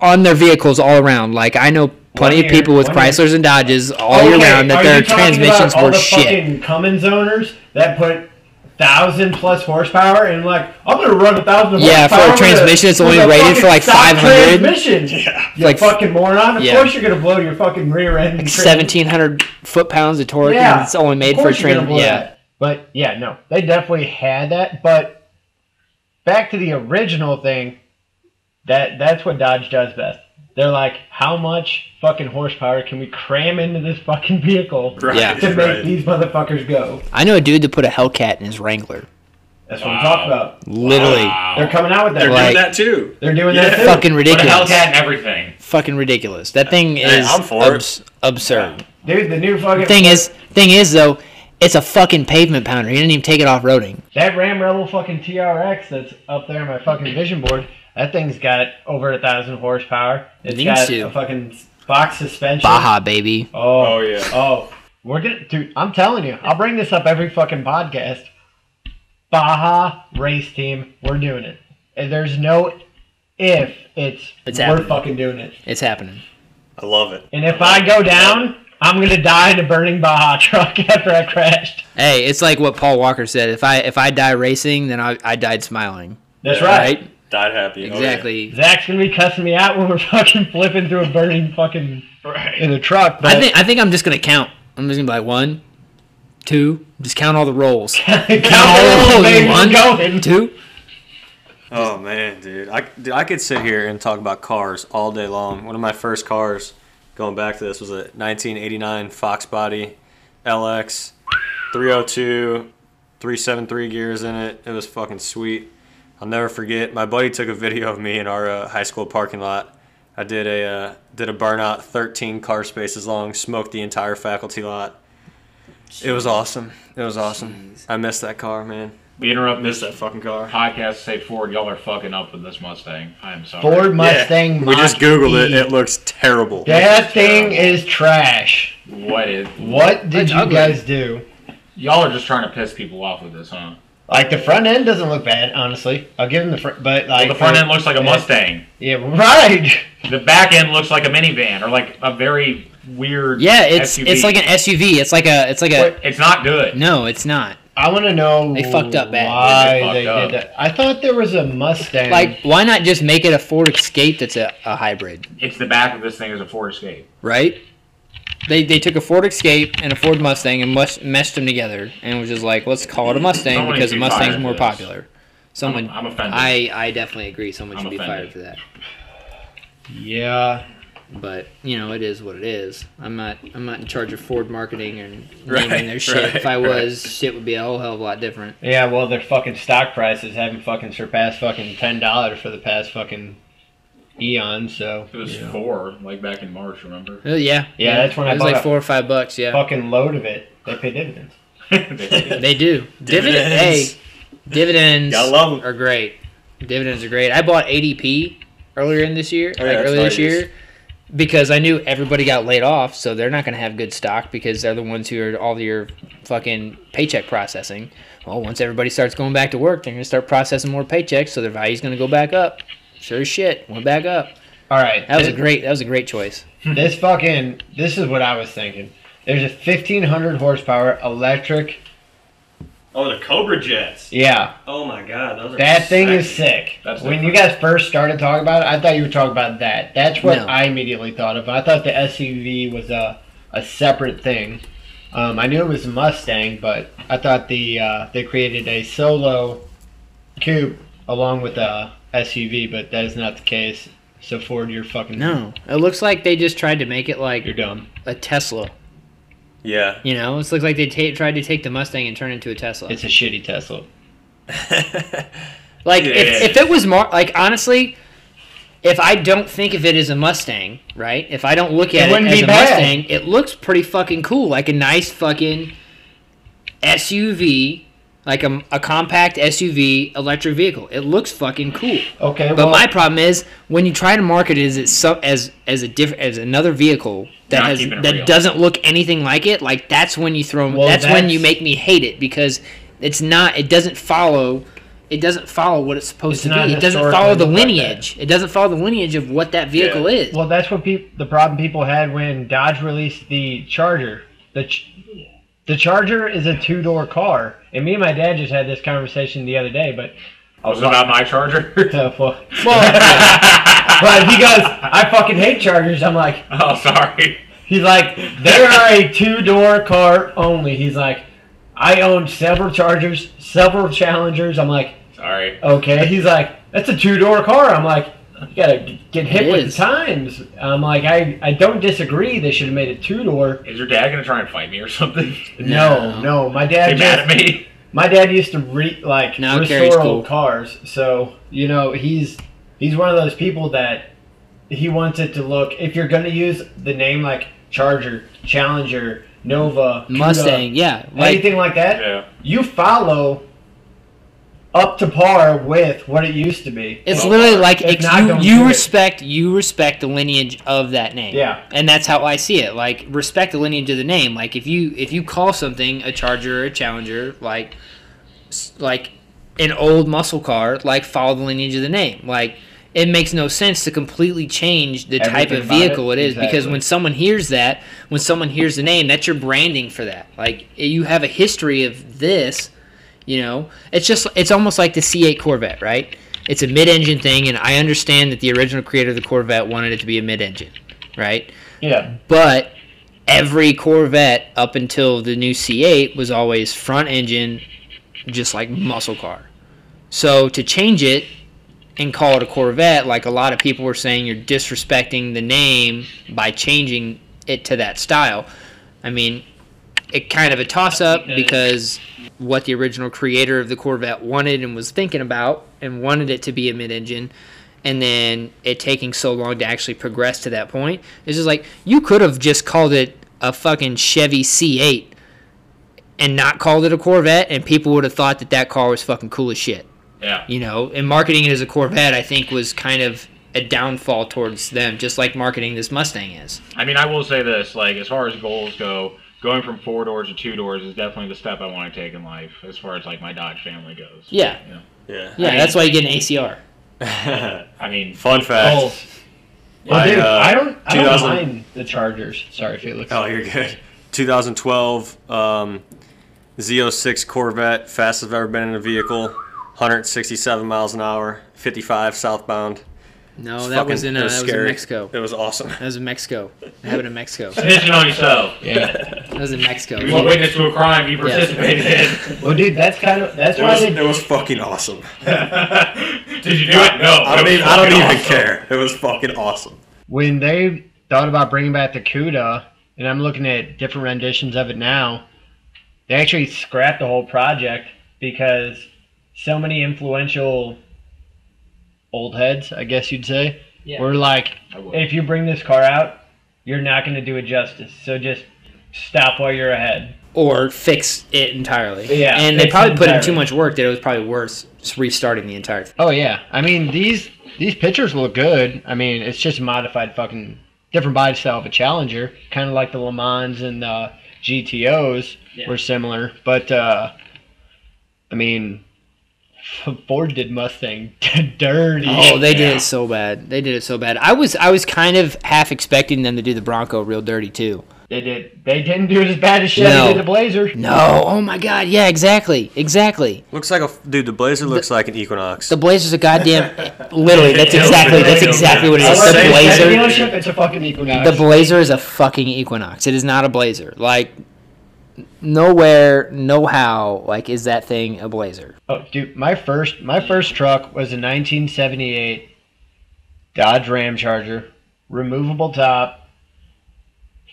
on their vehicles all around like i know plenty One of year- people with one year. chryslers and dodges all year Okay, round that are their you talking about transmissions all were the shit Fucking Cummins owners that put thousand plus horsepower and like I'm gonna run a thousand. Yeah, for a horsepower with transmission, it's with only a rated fucking for, like, stock 500. Transmission. Yeah, you Like- fucking moron. Of yeah. course you're gonna blow your fucking rear end. like and trans- 1700 foot pounds of torque and it's only made for of a course you're train gonna blow yeah that. But yeah, no, they definitely had that. But back to the original thing, that that's what Dodge does best. They're like, how much fucking horsepower can we cram into this fucking vehicle Yeah. to make these motherfuckers go? i know a dude that put a hellcat in his wrangler That's what I'm talking about. literally They're coming out with that. They're Like- doing that too. They're doing that. too. fucking But a ridiculous Hellcat and everything. fucking ridiculous that thing is I'm for it. abs- absurd Dude, the new fucking thing is thing is though it's a fucking pavement pounder he didn't even take it off roading That Ram Rebel fucking TRX that's up there on my Mm-hmm. fucking vision board, that thing's got over a thousand horsepower. It's Needs got to. a fucking box suspension. baja baby Oh, Oh, yeah. Oh, we're gonna, dude. I'm telling you, I'll bring this up every fucking podcast. Baja race team, we're doing it. And there's no if. It's, It's we're happening. fucking doing it. It's happening. I love it. And if I go down, I'm gonna die in a burning Baja truck after I crashed. Hey, it's like what Paul Walker said. If I if I die racing, then I, I died smiling. That's Yeah. right. Right? Died happy. Oh, yeah. Exactly. Zach's gonna be cussing me out when we're fucking flipping through a burning fucking in a truck. But I think I think I'm just gonna count. I'm just gonna be like one, two, just count all the rolls. count Oh, the baby one, going. Two. Oh man, dude. I, dude, I could sit here and talk about cars all day long. One of my first cars, going back to this, was a 1989 Fox Body LX 302, 373 gears in it. It was fucking sweet. I'll never forget. My buddy took a video of me in our uh, high school parking lot. I did a uh, did a burnout 13 car spaces long, smoked the entire faculty lot. It was awesome. It was awesome. I missed that car, man. We interrupt Missed this that fucking car. podcast to say Ford, y'all are fucking up with this Mustang. I'm sorry. Ford Mustang. We just googled it. It looks terrible. That thing is trash. What is? What did That's you ugly. guys do? Y'all are just trying to piss people off with this, huh? Like the front end doesn't look bad, honestly. I'll give him the front, but like Well, the front uh, end looks like a yeah. Mustang. Yeah, right. The back end looks like a minivan or like a very weird. Yeah, it's SUV. it's like an SUV. It's like a it's like a It's not good. no, it's not. I want to know They fucked up bad. why They they, fucked did that. I thought there was a Mustang. Like why not just make it a Ford Escape that's a, a hybrid, It's the back of this thing is a Ford Escape. right? They, they took a Ford Escape and a Ford Mustang and mush, meshed them together and was just like, let's call it a Mustang Someone because the should be Mustang's fired more for this. popular. Someone, I'm offended. I, I definitely agree. Someone I'm should be offended. fired for that. yeah, But you know, it is what it is. I'm not I'm not in charge of Ford marketing and naming Right, their shit. right, if I right. was, shit would be a whole hell of a lot different. yeah. Well, their fucking stock prices haven't fucking surpassed fucking ten dollars for the past fucking eon. So It was yeah. four, like back in March. Remember? Uh, yeah, Yeah, that's when it I was bought like a- four or five bucks. Yeah, fucking load of it. They pay dividends. They- they do dividends. Dividends. Hey, dividends Gotta love 'em. are great. Dividends are great. I bought ADP earlier in this year, Oh, yeah, like that's earlier how I this use. year, because I knew everybody got laid off, so they're not going to have good stock because they're the ones who are all your fucking paycheck processing. Well, once everybody starts going back to work, they're going to start processing more paychecks, so their value's going to go back up. Sure as shit, went back up. All right, That was a thi- great. That was a great choice. This fucking this is what I was thinking. There's a 1500 horsepower electric. Oh, the Cobra jets. Yeah, Oh my God, those are that thing is sick. That's when you guys first started talking about it, I thought you were talking about that. That's what No. I immediately thought of. I thought the SUV was a a separate thing. Um, I knew it was a Mustang, but I thought the uh, they created a solo coupe along with a SUV, but that is not the case. So Ford, you're fucking No, it looks like they just tried to make it like You're dumb. a Tesla. Yeah. You know, it looks like they ta tried to take the Mustang and turn it into a Tesla. It's a shitty Tesla. like Yeah. if, if it was more like honestly, if I don't think of it as a Mustang, right? If I don't look at it, wouldn't as be a bad. Mustang, it looks pretty fucking cool, like a nice fucking SUV, like a, a compact SUV electric vehicle. It looks fucking cool. Okay, But well, my problem is when you try to market it as it's so, as as a diff, as another vehicle that Not has keeping it that real. doesn't look anything like it. Like that's when you throw. Well, that's, when that's- you make me hate it because it's not. It doesn't follow. It doesn't follow what it's supposed It's to not be. It doesn't historically follow the looked like lineage. it doesn't follow the lineage of what that vehicle is. Well, that's what peop the problem people had when Dodge released the Charger. The ch- the Charger is a two door car, and me and my dad just had this conversation the other day. But was it about my Charger? uh, well, but he goes, I fucking hate Chargers. I'm like, oh, sorry. he's like, they are a two door car only. He's like, I own several Chargers, several Challengers. I'm like, Sorry. okay. He's like, that's a two door car. I'm like, you gotta g- get hit It with is. the times. I'm like, I, I don't disagree. They should have made it two door. Is your dad gonna try and fight me or something? No, no. My They dad mad just, at me? my dad used to re, like No, it carries restore cool. old cars. So you know, he's he's one of those people that he wants it to look. If you're gonna use the name like Charger, Challenger, Nova, Cuda, Mustang, yeah, like anything like that, Yeah. you follow up to par with what it used to be. it's literally like It's it's not you, gonna do you it. respect you respect the lineage of that name. Yeah. and that's how I see it. Like respect the lineage of the name. Like if you if you call something a charger or a challenger, like s- like an old muscle car, like follow the lineage of the name. Like it makes no sense to completely change the type Everything of about vehicle it? it is because Exactly. when someone hears that, when someone hears the name, that's your branding for that. Like you have a history of this, you know. It's just it's almost like the C8 Corvette, right? It's a mid-engine thing, and I understand that the original creator of the Corvette wanted it to be a mid-engine, right? Yeah. but every Corvette up until the new C8 was always front engine, just like muscle car. So to change it and call it a Corvette, like a lot of people were saying, you're disrespecting the name by changing it to that style. I mean, it kind of a toss up because what the original creator of the Corvette wanted and was thinking about and wanted it to be a mid engine and then it taking so long to actually progress to that point. It's just like you could have just called it a fucking Chevy C8 and not called it a Corvette, and people would have thought that that car was fucking cool as shit. Yeah. You know, and marketing it as a Corvette, I think, was kind of a downfall towards them, just like marketing this Mustang is. I mean, I will say this: like, as far as goals go, going from four doors to two doors is definitely the step I want to take in life, as far as like my Dodge family goes. Yeah. You know? Yeah. Yeah, that's why you get an ACR. I mean, Fun fact. Oh, well, My, dude, uh, I don't, I don't 2000 mind the Chargers. Sorry, Felix. Oh, you're good. 2012 um, Z06 Corvette, fastest I've ever been in a vehicle, 167 miles an hour, 55 southbound. No, It's that was fucking- in uh, it that was in scary. Mexico. It was awesome. That was in Mexico. That happened in Mexico. snitching on yourself. That was in Mexico. You were a witness to a crime you participated in. Well, dude, that's kind of that's It why was, they it was fucking awesome. Did you do it? No. I It was mean, I don't fucking even awesome. care. It was fucking awesome. when they thought about bringing back the CUDA, and I'm looking at different renditions of it now, they actually scrapped the whole project because so many influential old heads, I guess you'd say, Yeah. were like, I will. if you bring this car out, you're not going to do it justice. So just stop while you're ahead. or fix it entirely. Yeah, and they fix probably it put in entirely. too much work that it was probably worth just restarting the entire thing. Oh yeah, I mean these these pictures look good. I mean it's just a modified fucking different body style of a Challenger, kind of like the Le Mans and the GTOs were similar. But uh, I mean, Ford did Mustang dirty. Oh, they did it so bad. They did it so bad. I was I was kind of half expecting them to do the Bronco real dirty too. they did. They didn't do it as bad as Chevy No. did the Blazer. No, oh my god, yeah, exactly, exactly. Looks like a dude. The Blazer looks like an Equinox. The Blazer's a goddamn literally. That's exactly that's exactly what it I is. work The at a Blazer. dealership, it's a fucking Equinox. The Blazer is a fucking Equinox. It is not a Blazer. Like nowhere, no how, like is that thing a Blazer? Oh, dude, my first my first truck was a 1978 Dodge Ram Charger, removable top.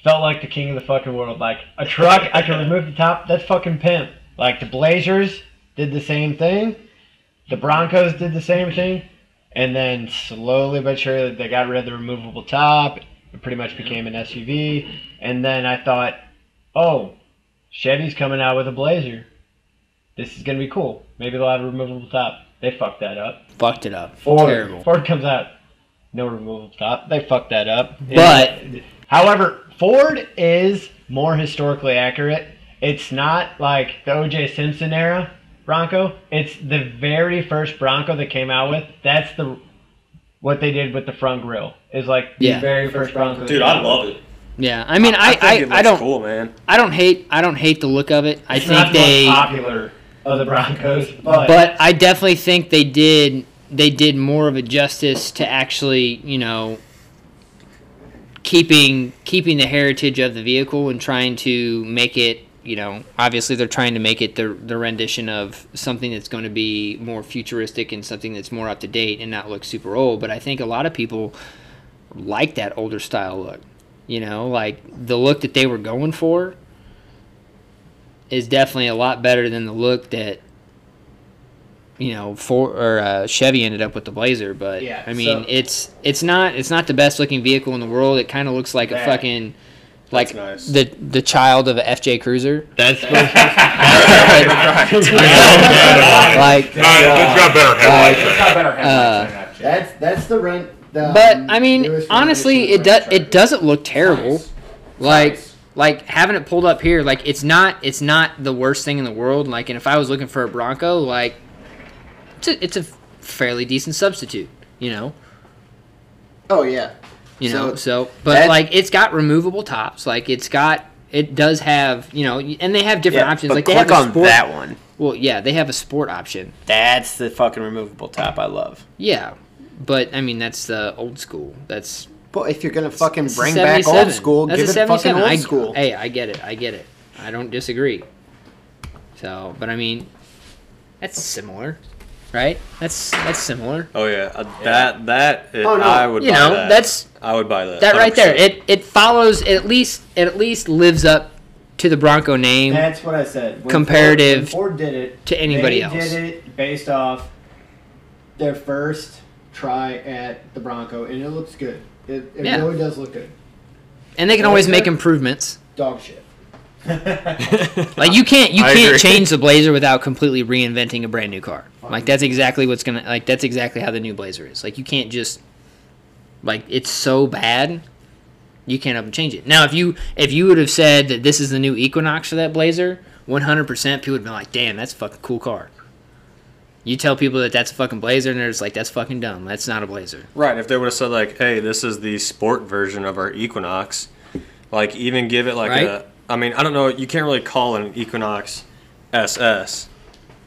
Felt like the king of the fucking world. Like a truck, I can remove the top. That's fucking pimp. Like the Blazers did the same thing, the Broncos did the same thing, and then slowly but surely they got rid of the removable top. It pretty much became an SUV. And then I thought, oh, Chevy's coming out with a Blazer this is gonna be cool. Maybe they'll have a removable top. They fucked that up. Fucked it up. Ford, Terrible. Ford comes out, no removable top. They fucked that up. But- however, Ford is more historically accurate. It's not like the O.J. Simpson era Bronco. It's the very first Bronco they came out with. That's the what they did with the front grille. Is like the Yeah. very first Bronco. they dude, came I out love it. Yeah, I mean, I I, think I, it don't looks cool, man. I don't hate I don't hate the look of it. I with. It's think not the most they, popular of the Broncos, but, but I definitely think they did they did more of a justice to actually you know keeping keeping the heritage of the vehicle and trying to make it you know obviously they're trying to make it the the rendition of something that's going to be more futuristic and something that's more up to date and not look super old. But I think a lot of people like that older style look. You know, like the look that they were going for is definitely a lot better than the look that you know for or uh, Chevy ended up with the Blazer. But Yeah, I mean, so- it's it's not it's not the best looking vehicle in the world. It kind of looks like a Bad. fucking like That's nice. the the child of a FJ Cruiser. that's supposed to like it's got better headlights in it. That's that's the rent. The, But um, I mean, newest honestly, rendition it of does Ram Charger. it doesn't look terrible. Like like having it pulled up here, like it's not it's not the worst thing in the world. Like, and if I was looking for a Bronco, like it's a, it's a fairly decent substitute. You know, Oh yeah. you know. So, but that- like it's got removable tops. Like it's got it does have you know, and they have different options. but Like they click have a on sport. that one. Well, yeah, they have a sport option. That's the fucking removable top I love. Yeah, but I mean that's the old school. That's But if you're gonna fucking it's a bring back old 77. school, That's give a it fucking 77. old I, school. Hey, I get it. I get it. I don't disagree. So, but I mean, that's similar, right? That's that's similar. Oh yeah, uh, that that it, Oh, no. I would. You buy know, that. that's I would buy that. that right there. 100%. It it follows it at least it at least lives up to the Bronco name That's what I said. When Ford- Comparative when Ford did it. to anybody they else. did it based off their first try at the Bronco, and it looks good. It, it Yeah. really does look good. And they can Well, always it's make good. improvements. Dog shit. Like you can't you I can't agree. change the Blazer without completely reinventing a brand new car. Like that's exactly what's gonna like that's exactly how the new Blazer is. Like you can't just like it's so bad you can't up and change it. Now if you if you would have said that this is the new Equinox for that Blazer, one hundred percent people would have been like, damn, that's a fucking cool car. You tell people that that's a fucking Blazer, and they're just like, that's fucking dumb. That's not a Blazer. Right. If they would have said like, "Hey, this is the sport version of our Equinox," like even give it like Right. a. I mean, I don't know. You can't really call it an Equinox SS,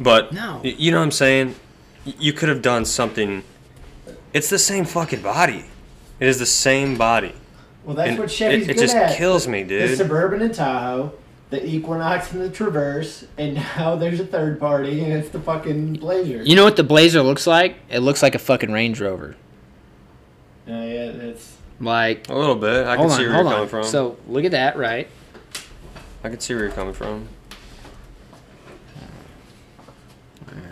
but No. y- you know what I'm saying. Y- You could have done something. It's the same fucking body. It is the same body. Well, that's And what it, Chevy's it good just at. kills me, The dude. Suburban and Tahoe, the Equinox and the Traverse, and now there's a third party, and it's the fucking Blazer. You know what the Blazer looks like? It looks like a fucking Range Rover. Uh, yeah, that's Like, a little bit. I can hold see on, where hold you're coming on. from. So look at that, right? I can see where you're coming from.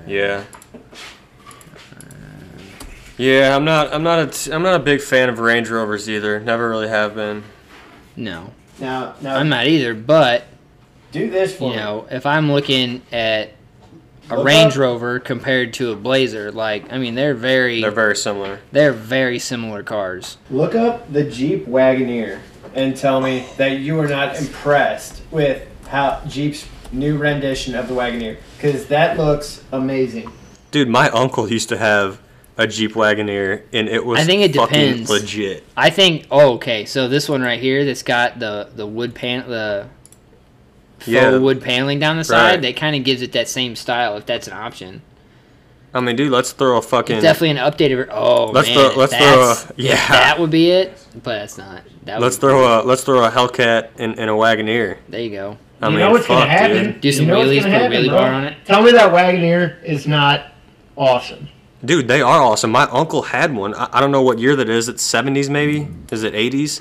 Yeah. Yeah, I'm not. I'm not a. T- I'm not a big fan of Range Rovers either. Never really have been. No, now now I'm not either. But do this for you me. know, if I'm looking at a Look Range up- Rover compared to a Blazer, like I mean, they're very They're they're, very similar. very similar cars. Look up the Jeep Wagoneer and tell me that you are not impressed with how Jeep's new rendition of the Wagoneer because that looks amazing. Dude, my uncle used to have a Jeep Wagoneer, and it was. I think it fucking depends. Legit. I think. Oh, okay. So this one right here, that's got the the wood pan the faux Yeah. wood paneling down the side, Right. that kind of gives it that same style. If that's an option, I mean, dude, let's throw a fucking. it's definitely an updated. ver- Oh Let's man, throw- let's throw a- that's- if yeah. that would be it. But that's not. That Let's would- throw a. Let's throw a Hellcat and, and a Wagoneer. There you go. I you mean, know what's fuck, gonna happen? dude. Do some you know what's wheelies, gonna put a happen, wheelie bro. bar on it. Tell me that Wagoneer is not awesome. Dude, they are awesome. My uncle had one. I, I don't know what year that is. It's 70s maybe. Is it 80s?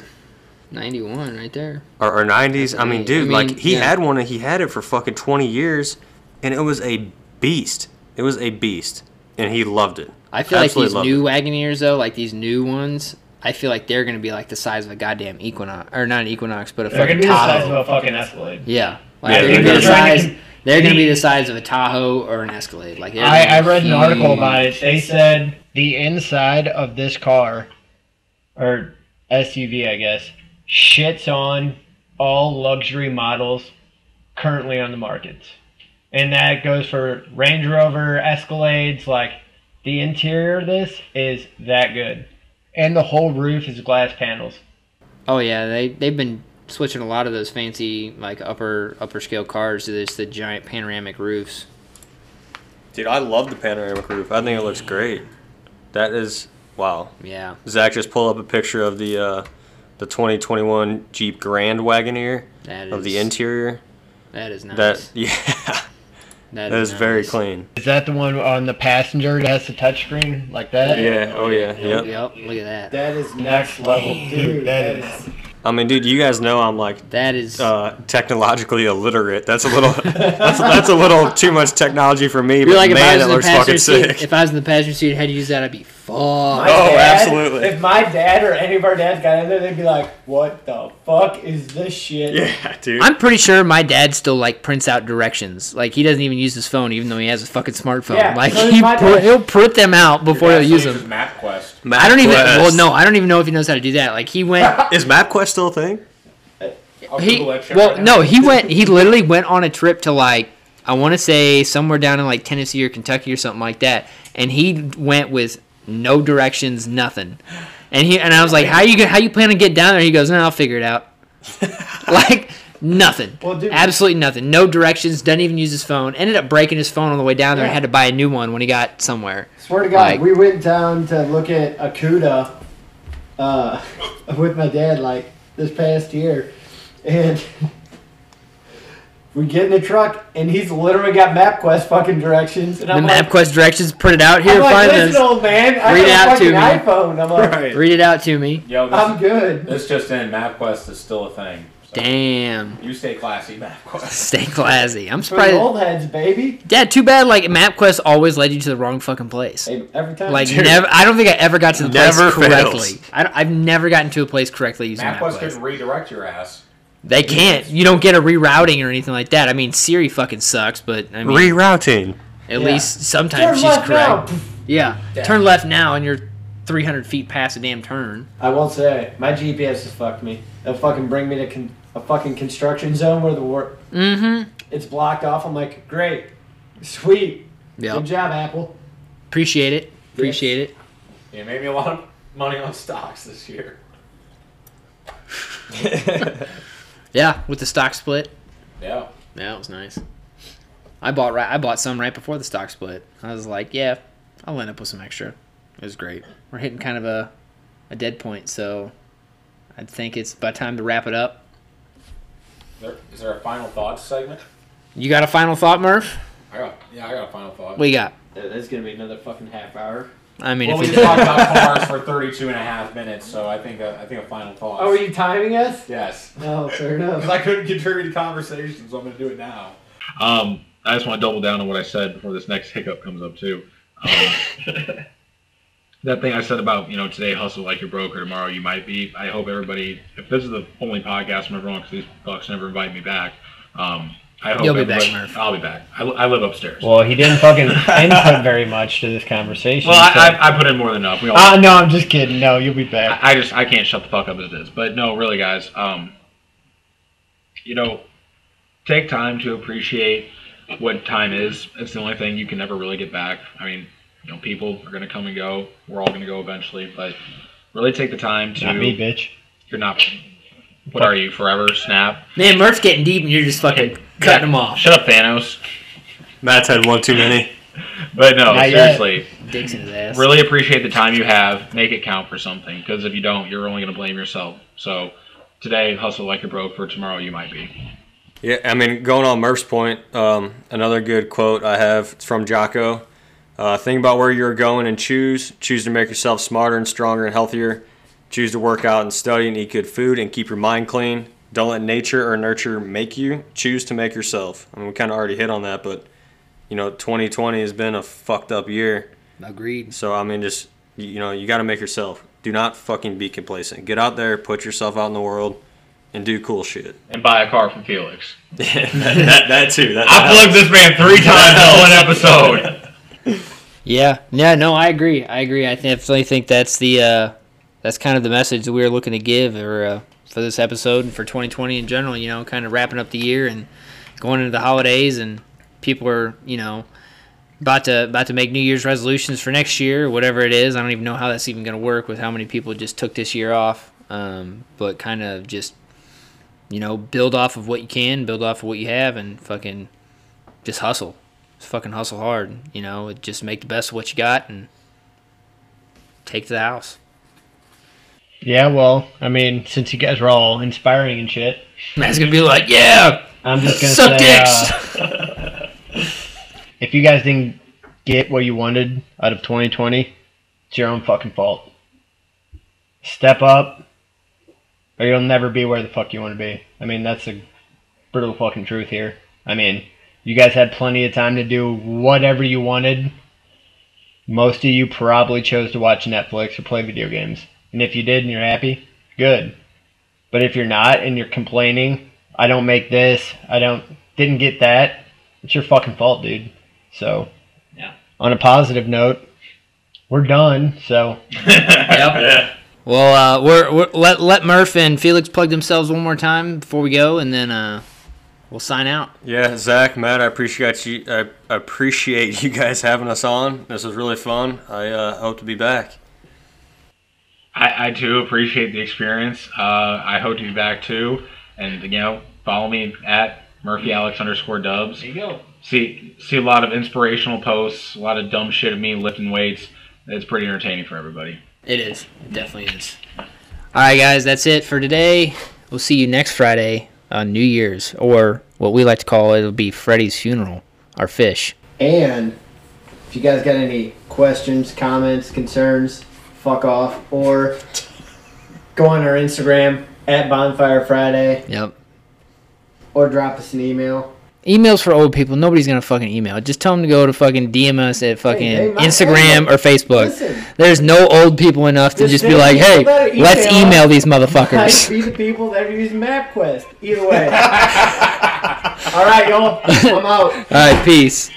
Ninety one, right there. or, or 90s. I mean, I dude, mean, like he yeah. had one and he had it for fucking 20 years, and it was a beast. It was a beast, and he loved it. I feel Absolutely like loved these it. new Wagoneers, though, like these new ones, I feel like they're gonna be like the size of a goddamn Equinox, or not an Equinox, but a They're gonna fucking be the size Tahoe. of a fucking Escalade. Yeah, like Yeah, they're they're gonna be the gonna try size. to- They're gonna be the size of a Tahoe or an Escalade. Like they're I, gonna I be read an article huge. about it. They said the inside of this car, or SUV, I guess, shits on all luxury models currently on the market. And that goes for Range Rover, Escalades. Like, the interior of this is that good. And the whole roof is glass panels. Oh yeah, they they've been switching a lot of those fancy like upper upper scale cars to this the giant panoramic roofs. Dude, I love the panoramic roof. I think it looks great. That is wow. Yeah, Zach just pulled up a picture of the uh, the 2021 Jeep Grand Wagoneer that is of the interior. That is nice. That yeah, that is nice. very clean. Is that the one on the passenger that has the touchscreen like that? Yeah. Oh yeah. Yep. Yep. Look at that. That is next level, dude. that is. I mean, dude, you guys know I'm like That is uh, technologically illiterate. That's a little that's, that's a little too much technology for me. You're but like if I man, was that in the looks passenger fucking seat, sick. if I was in the passenger seat, and had to use that, I'd be fucked. My Oh, dad- absolutely. If my dad or any of our dads got in there, they'd be like, "What the fuck is this shit?" yeah, dude. I'm pretty sure my dad still like prints out directions. Like he doesn't even use his phone, even though he has a fucking smartphone. Yeah, like so does he my pr- dad. he'll print them out before he'll use them. MapQuest. I don't even. Well, no, I don't even know if he knows how to do that. Like he went. Is MapQuest still a thing? I'll he Google that shit well, right now. no, he went. He literally went on a trip to like I want to say somewhere down in like Tennessee or Kentucky or something like that. And he went with no directions, nothing. And he and I was like, "How you gonna- how you plan to get down there?" He goes, "No, I'll figure it out." like nothing, Well, dude- absolutely nothing. No directions. Doesn't even use his phone. Ended up breaking his phone on the way down there and Yeah. had to buy a new one when he got somewhere. Swear to God, Like- we went down to look at Akuda uh, with my dad like this past year, and we get in the truck, and he's literally got MapQuest fucking directions, and The I'm like, MapQuest directions printed out I'm here. like, Find listen, this. old man, I Read got out to a fucking me." iPhone. I'm like, Right. Read it out to me. Yo, this, I'm good. this just in, MapQuest is still a thing. So Damn. You stay classy, MapQuest. Stay classy. I'm For the surprised. old heads, baby. Yeah, too bad. Like MapQuest always led you to the wrong fucking place. Hey, Every time. Like never, I don't think I ever got to the place Never correctly. fails. I don't, I've never gotten to a place correctly using MapQuest MapQuest. couldn't redirect your ass. They can't. You don't get a rerouting or anything like that. I mean, Siri fucking sucks, but I mean, Rerouting. at Yeah. least Turn sometimes she's left correct. now. Yeah. turn left now, and you're 300 feet past a damn turn. I won't say my GPS has fucked me. It'll fucking bring me to con- a fucking construction zone where the work Mm-hmm. it's blocked off. I'm like, great, sweet, Yeah. good job, Apple. Appreciate it. Appreciate it. You made me a lot of money on stocks this year. Yeah, with the stock split. Yeah. Yeah, it was nice. I bought right. I bought some right before the stock split. I was like, yeah, I'll end up with some extra. It was great. We're hitting kind of a, a dead point, so I think it's about time to wrap it up. Is there, is there a final thoughts segment? You got a final thought, Murph? I got, yeah, I got a final thought. What you got? Yeah, That's gonna be another fucking half hour. I mean, Well, we if just we, talked about cars for 32 and a half minutes, so I think a, I think a final thought. Oh, are you timing us? Yes. No, fair enough. Because I couldn't contribute to conversation, so I'm going to do it now. Um, I just want to double down on what I said before this next hiccup comes up too. Um, that thing I said about you know today hustle like you're broke or tomorrow you might be. I hope everybody. If this is the only podcast from everyone, because these fucks never invite me back. Um, I hope You'll be back, everybody- Murph. I'll be back. I, li- I live upstairs. Well, Well, he didn't fucking input very much to this conversation. I, I, I put in more than enough. We all Uh, Ah, no, I'm just kidding. No, you'll be back. I, I just I can't shut the fuck up as it is. But no, really, guys, um, you know, take time to appreciate what time is. It's the only thing you can never really get back. I mean, you know, people are gonna come and go. We're all gonna go eventually, but really take the time to. Not me, bitch. You're not. What are you? Forever? Snap? man, Murph's getting deep, and you're just fucking cutting him off. Shut up, Thanos. Matt's had one too many. But no, Not yet. seriously. Dicks in his ass. Really appreciate the time you have. Make it count for something. Because if you don't, you're only going to blame yourself. So today, hustle like you're broke. For tomorrow, you might be. Yeah, I mean, going on Murph's point, um, another good quote I have it's from Jocko. Uh, think about where you're going and choose. Choose to make yourself smarter and stronger and healthier. Choose to work out and study and eat good food and keep your mind clean. Don't let nature or nurture make you. Choose to make yourself. I mean, we kind of already hit on that, but you know, 2020 has been a fucked up year. Agreed. So I mean, just you you know, you got to make yourself. Do not fucking be complacent. Get out there, put yourself out in the world, and do cool shit. And buy a car from Felix. that, that, that too. That, I plugged this man three times in one episode. Yeah, yeah, no, I agree. I agree. I definitely think that's the uh, that's kind of the message that we were looking to give or, uh, for this episode and for 2020 in general. You know, kind of wrapping up the year and going into the holidays, and people are you know about to about to make New Year's resolutions for next year, whatever it is. I don't even know how that's even going to work with how many people just took this year off. Um, but kind of just you know build off of what you can, build off of what you have, and fucking just hustle just fucking hustle hard. You know, just make the best of what you got and take to the house. Yeah, well, I mean, since you guys were all inspiring and shit, Matt's gonna be like, yeah, I'm just gonna suck say, dicks. uh, if you guys didn't get what you wanted out of 2020, it's your own fucking fault. Step up, or you'll never be where the fuck you want to be. I mean, that's the brutal fucking truth here. I mean, you guys had plenty of time to do whatever you wanted. Most of you probably chose to watch Netflix or play video games. And if you did and you're happy, good. But if you're not and you're complaining, I don't make this, I don't didn't get that, it's your fucking fault, dude. So, Yeah. On a positive note, we're done. So, Well, uh, we're, we're let let Murph and Felix plug themselves one more time before we go, and then uh, We'll sign out. Yeah, Zach, Matt, I appreciate you. I appreciate you guys having us on. This was really fun. I uh, hope to be back. I, I too appreciate the experience. Uh, I hope to be back too. And you know, follow me at Murphy Alex underscore Dubs. There you go. See see a lot of inspirational posts, a lot of dumb shit of me lifting weights. It's pretty entertaining for everybody. It is. It definitely is. All right, guys, that's it for today. We'll see you next Friday on New Year's, or what we like to call it'll be Freddy's funeral, our fish. And if you guys got any questions, comments, concerns, fuck off. Or go on our Instagram at Bonfire Friday Yep. or drop us an email. Emails for old people. Nobody's gonna fucking email. Just tell them to go to fucking DM us at fucking hey, my- Instagram hey, or Facebook. listen. There's no old people enough to just Just be send like, people hey, that email let's email these Might motherfuckers. be the people that are using MapQuest. Either way. All right, y'all. I'm out. All right, peace.